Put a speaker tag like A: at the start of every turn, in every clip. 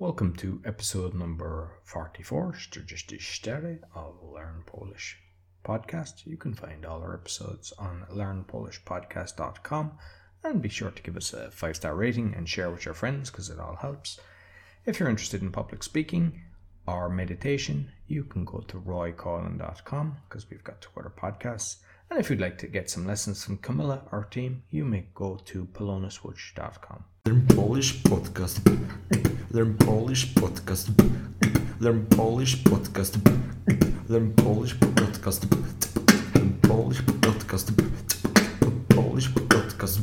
A: Welcome to episode number 44, Czterdzieści of Learn Polish Podcast. You can find all our episodes on learnpolishpodcast.com and be sure to give us a five star rating and share with your friends because it all helps. If you're interested in public speaking or meditation, you can go to roycollin.com because we've got two other podcasts. And if you'd like to get some lessons from Camilla, our team, you may go to polonuswitch.com.
B: Learn Polish podcast. Learn Polish podcast. Learn Polish podcast. Learn Polish podcast. Learn Polish podcast. Learn Polish podcast.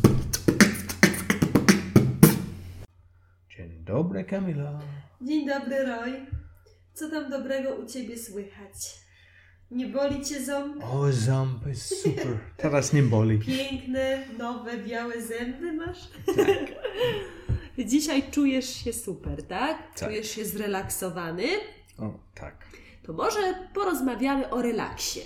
A: Dzień dobry, Kamila.
C: Dzień dobry, Roy. Co tam dobrego u ciebie słychać? Nie boli cię ząb?
A: O, ząb jest super. Teraz nie boli.
C: Piękne, nowe, białe zęby masz? Tak. Dzisiaj czujesz się super, tak?
A: Tak.
C: Czujesz się zrelaksowany?
A: O, tak.
C: To może porozmawiamy o relaksie.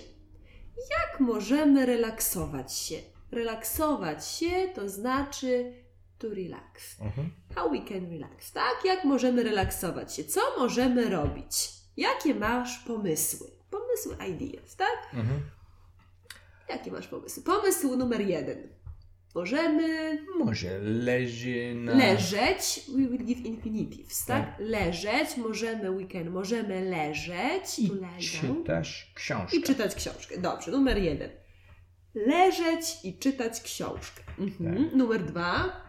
C: Jak możemy relaksować się? Relaksować się to znaczy to relax.
A: Mhm.
C: How we can relax, tak? Jak możemy relaksować się? Co możemy robić? Jakie masz pomysły? Pomysły, ideas, tak?
A: Mhm.
C: Jakie masz pomysły? Pomysł numer jeden. Możemy
A: Może leży na...
C: leżeć. We will give infinitives, tak? Leżeć, możemy weekend, możemy leżeć.
A: I
C: Tu lie down.
A: czytasz książkę.
C: I czytać książkę. Dobrze, numer jeden. Leżeć i czytać książkę. Mhm.
A: Tak.
C: Numer dwa.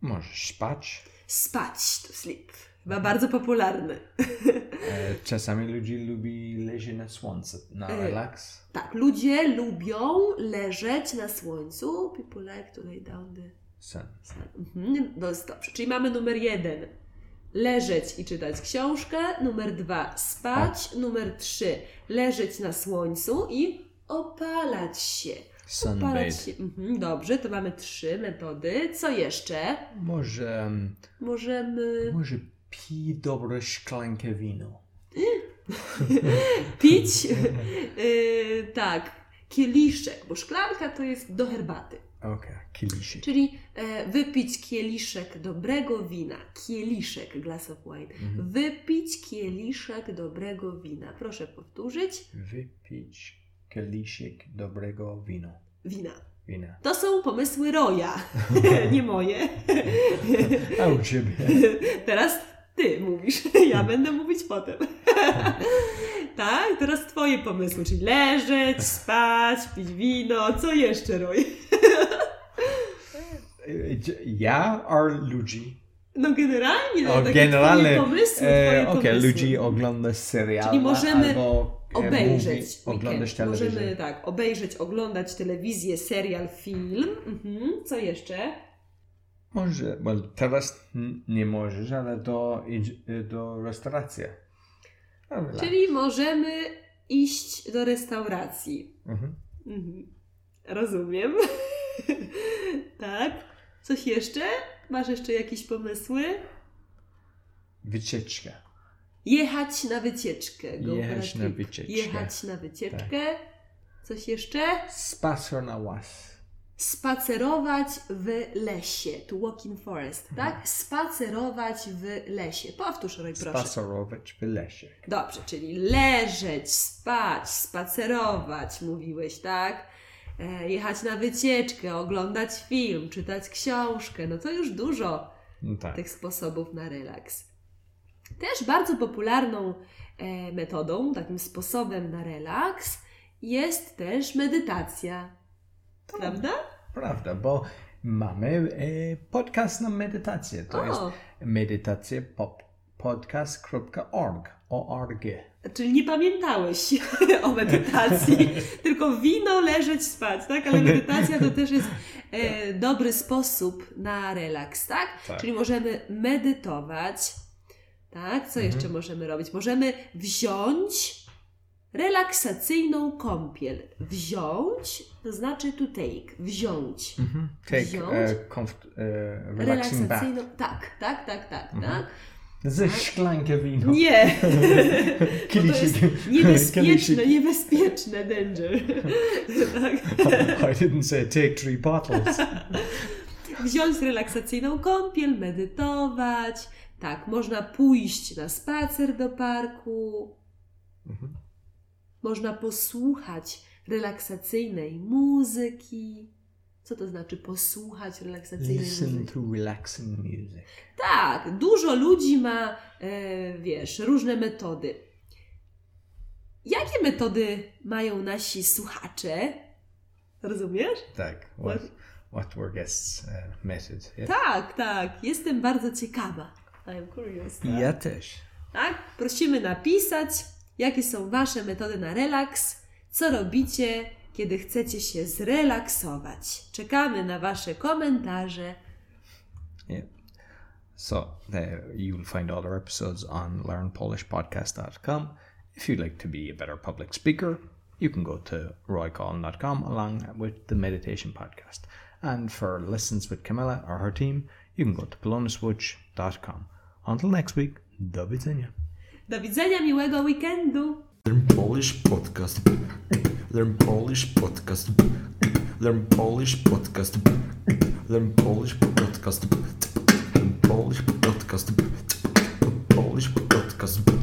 A: Możesz spać.
C: Spać to sleep. Chyba bardzo popularny.
A: E, czasami ludzie lubi leży na słońcu, na
C: E,
A: relaks.
C: Tak, ludzie lubią leżeć na słońcu. People like to lay down the
A: Sen.
C: sun. Mhm, no jest dobrze. Czyli mamy numer jeden. Leżeć i czytać książkę. Numer dwa. Spać. Numer trzy. Leżeć na słońcu i opalać się. Opalać
A: Sunbathe.
C: się. Mhm, dobrze, to mamy trzy metody. Co jeszcze?
A: Może, mm,
C: Możemy
A: może pij dobre szklankę wino.
C: pić. y, tak, kieliszek, bo szklanka to jest do herbaty.
A: Okej, kieliszek.
C: Czyli e, wypić kieliszek dobrego wina, kieliszek glass of wine.
A: Mhm.
C: Wypić kieliszek dobrego wina. Proszę powtórzyć.
A: Wypić kieliszek dobrego wino.
C: Wina.
A: Wina.
C: To są pomysły Roja, nie moje.
A: A u ciebie.
C: teraz ty mówisz, ja będę mówić potem. tak, teraz twoje pomysły, czyli leżeć, spać, pić wino, co jeszcze Roj?
A: E, e, Ja or ludzi?
C: No generalnie,
A: O,
C: takie
A: generalnie,
C: twoje pomysły,
A: E,
C: twoje
A: Okej,
C: pomysły.
A: ludzi ogląda serial.
C: Czyli możemy
A: albo, e,
C: obejrzeć
A: Mówi, oglądasz
C: weekend.
A: telewizję.
C: Możemy tak, obejrzeć, oglądać telewizję, serial, film. Mhm. Co jeszcze?
A: Może, bo teraz n- nie możesz, ale do, idź- e, do restauracji. Dobra.
C: Czyli możemy iść do restauracji.
A: Mhm.
C: Mhm. Rozumiem. tak. Coś jeszcze? Masz jeszcze jakieś pomysły?
A: Wycieczka.
C: Jechać na wycieczkę. Go
A: Jechać
C: brać
A: na
C: lip.
A: wycieczkę. Tak.
C: Jechać na wycieczkę. Coś jeszcze?
A: Spacer na łas.
C: Spacerować w lesie. To walk in forest,
A: Mhm.
C: tak? Spacerować w lesie. Powtórz, Roy, proszę.
A: Spacerować w lesie.
C: Dobrze, czyli leżeć, spać, spacerować, mówiłeś, tak? E, Jechać na wycieczkę, oglądać film, czytać książkę. No to już dużo
A: No tak.
C: tych sposobów na relaks. Też bardzo popularną e, metodą, takim sposobem na relaks jest też medytacja. Prawda?
A: Prawda, bo mamy e, podcast na medytację. To jest
C: O,
A: medytacjepodcast.org. ORG.
C: czyli nie pamiętałeś o medytacji, tylko wino, leżeć, spać, tak? Ale medytacja to też jest e, dobry sposób na relaks, tak?
A: Tak.
C: Czyli możemy medytować, tak? Co
A: Mhm.
C: jeszcze możemy robić? Możemy wziąć relaksacyjną kąpiel. Wziąć to znaczy to take, wziąć.
A: Mhm. Take
C: Wziąć?
A: e, comfort, e, relaxing bath.
C: Relaksacyjną, tak, tak, tak, tak,
A: Mhm.
C: tak.
A: Ze szklankę wino.
C: Nie!
A: No.
C: Bo No to jest
A: Kieliszek.
C: niebezpieczne,
A: Kieliszek.
C: niebezpieczne danger. tak.
A: I didn't say take three bottles.
C: Wziąć relaksacyjną kąpiel, medytować, Tak, można pójść na spacer do parku,
A: Mhm.
C: można posłuchać relaksacyjnej muzyki. Co to znaczy posłuchać relaksacyjnej
A: Listen
C: muzyki?
A: to relaxing music.
C: Tak, dużo ludzi ma, e, wiesz, różne metody. Jakie metody mają nasi słuchacze? Rozumiesz?
A: Tak, what, what were guests uh, method. Yeah.
C: Tak, tak, jestem bardzo ciekawa. I'm curious. Tak?
A: Ja też.
C: tak? Prosimy napisać, jakie są Wasze metody na relaks, co robicie, kiedy chcecie się zrelaksować. Czekamy na Wasze komentarze.
A: So uh, you'll find all our episodes on learnpolishpodcast.com. If you'd like to be a better public speaker, you can go to roycollin.com along with the meditation podcast. And for lessons with Camilla or her team, you can go to polonaswitch.com. Until next week, do widzenia.
C: Do widzenia, miłego weekendu!
B: Learn Polish podcast. Learn Polish podcast. Learn Polish podcast. Learn Polish podcast. Learn Polish podcast. Learn Polish podcast.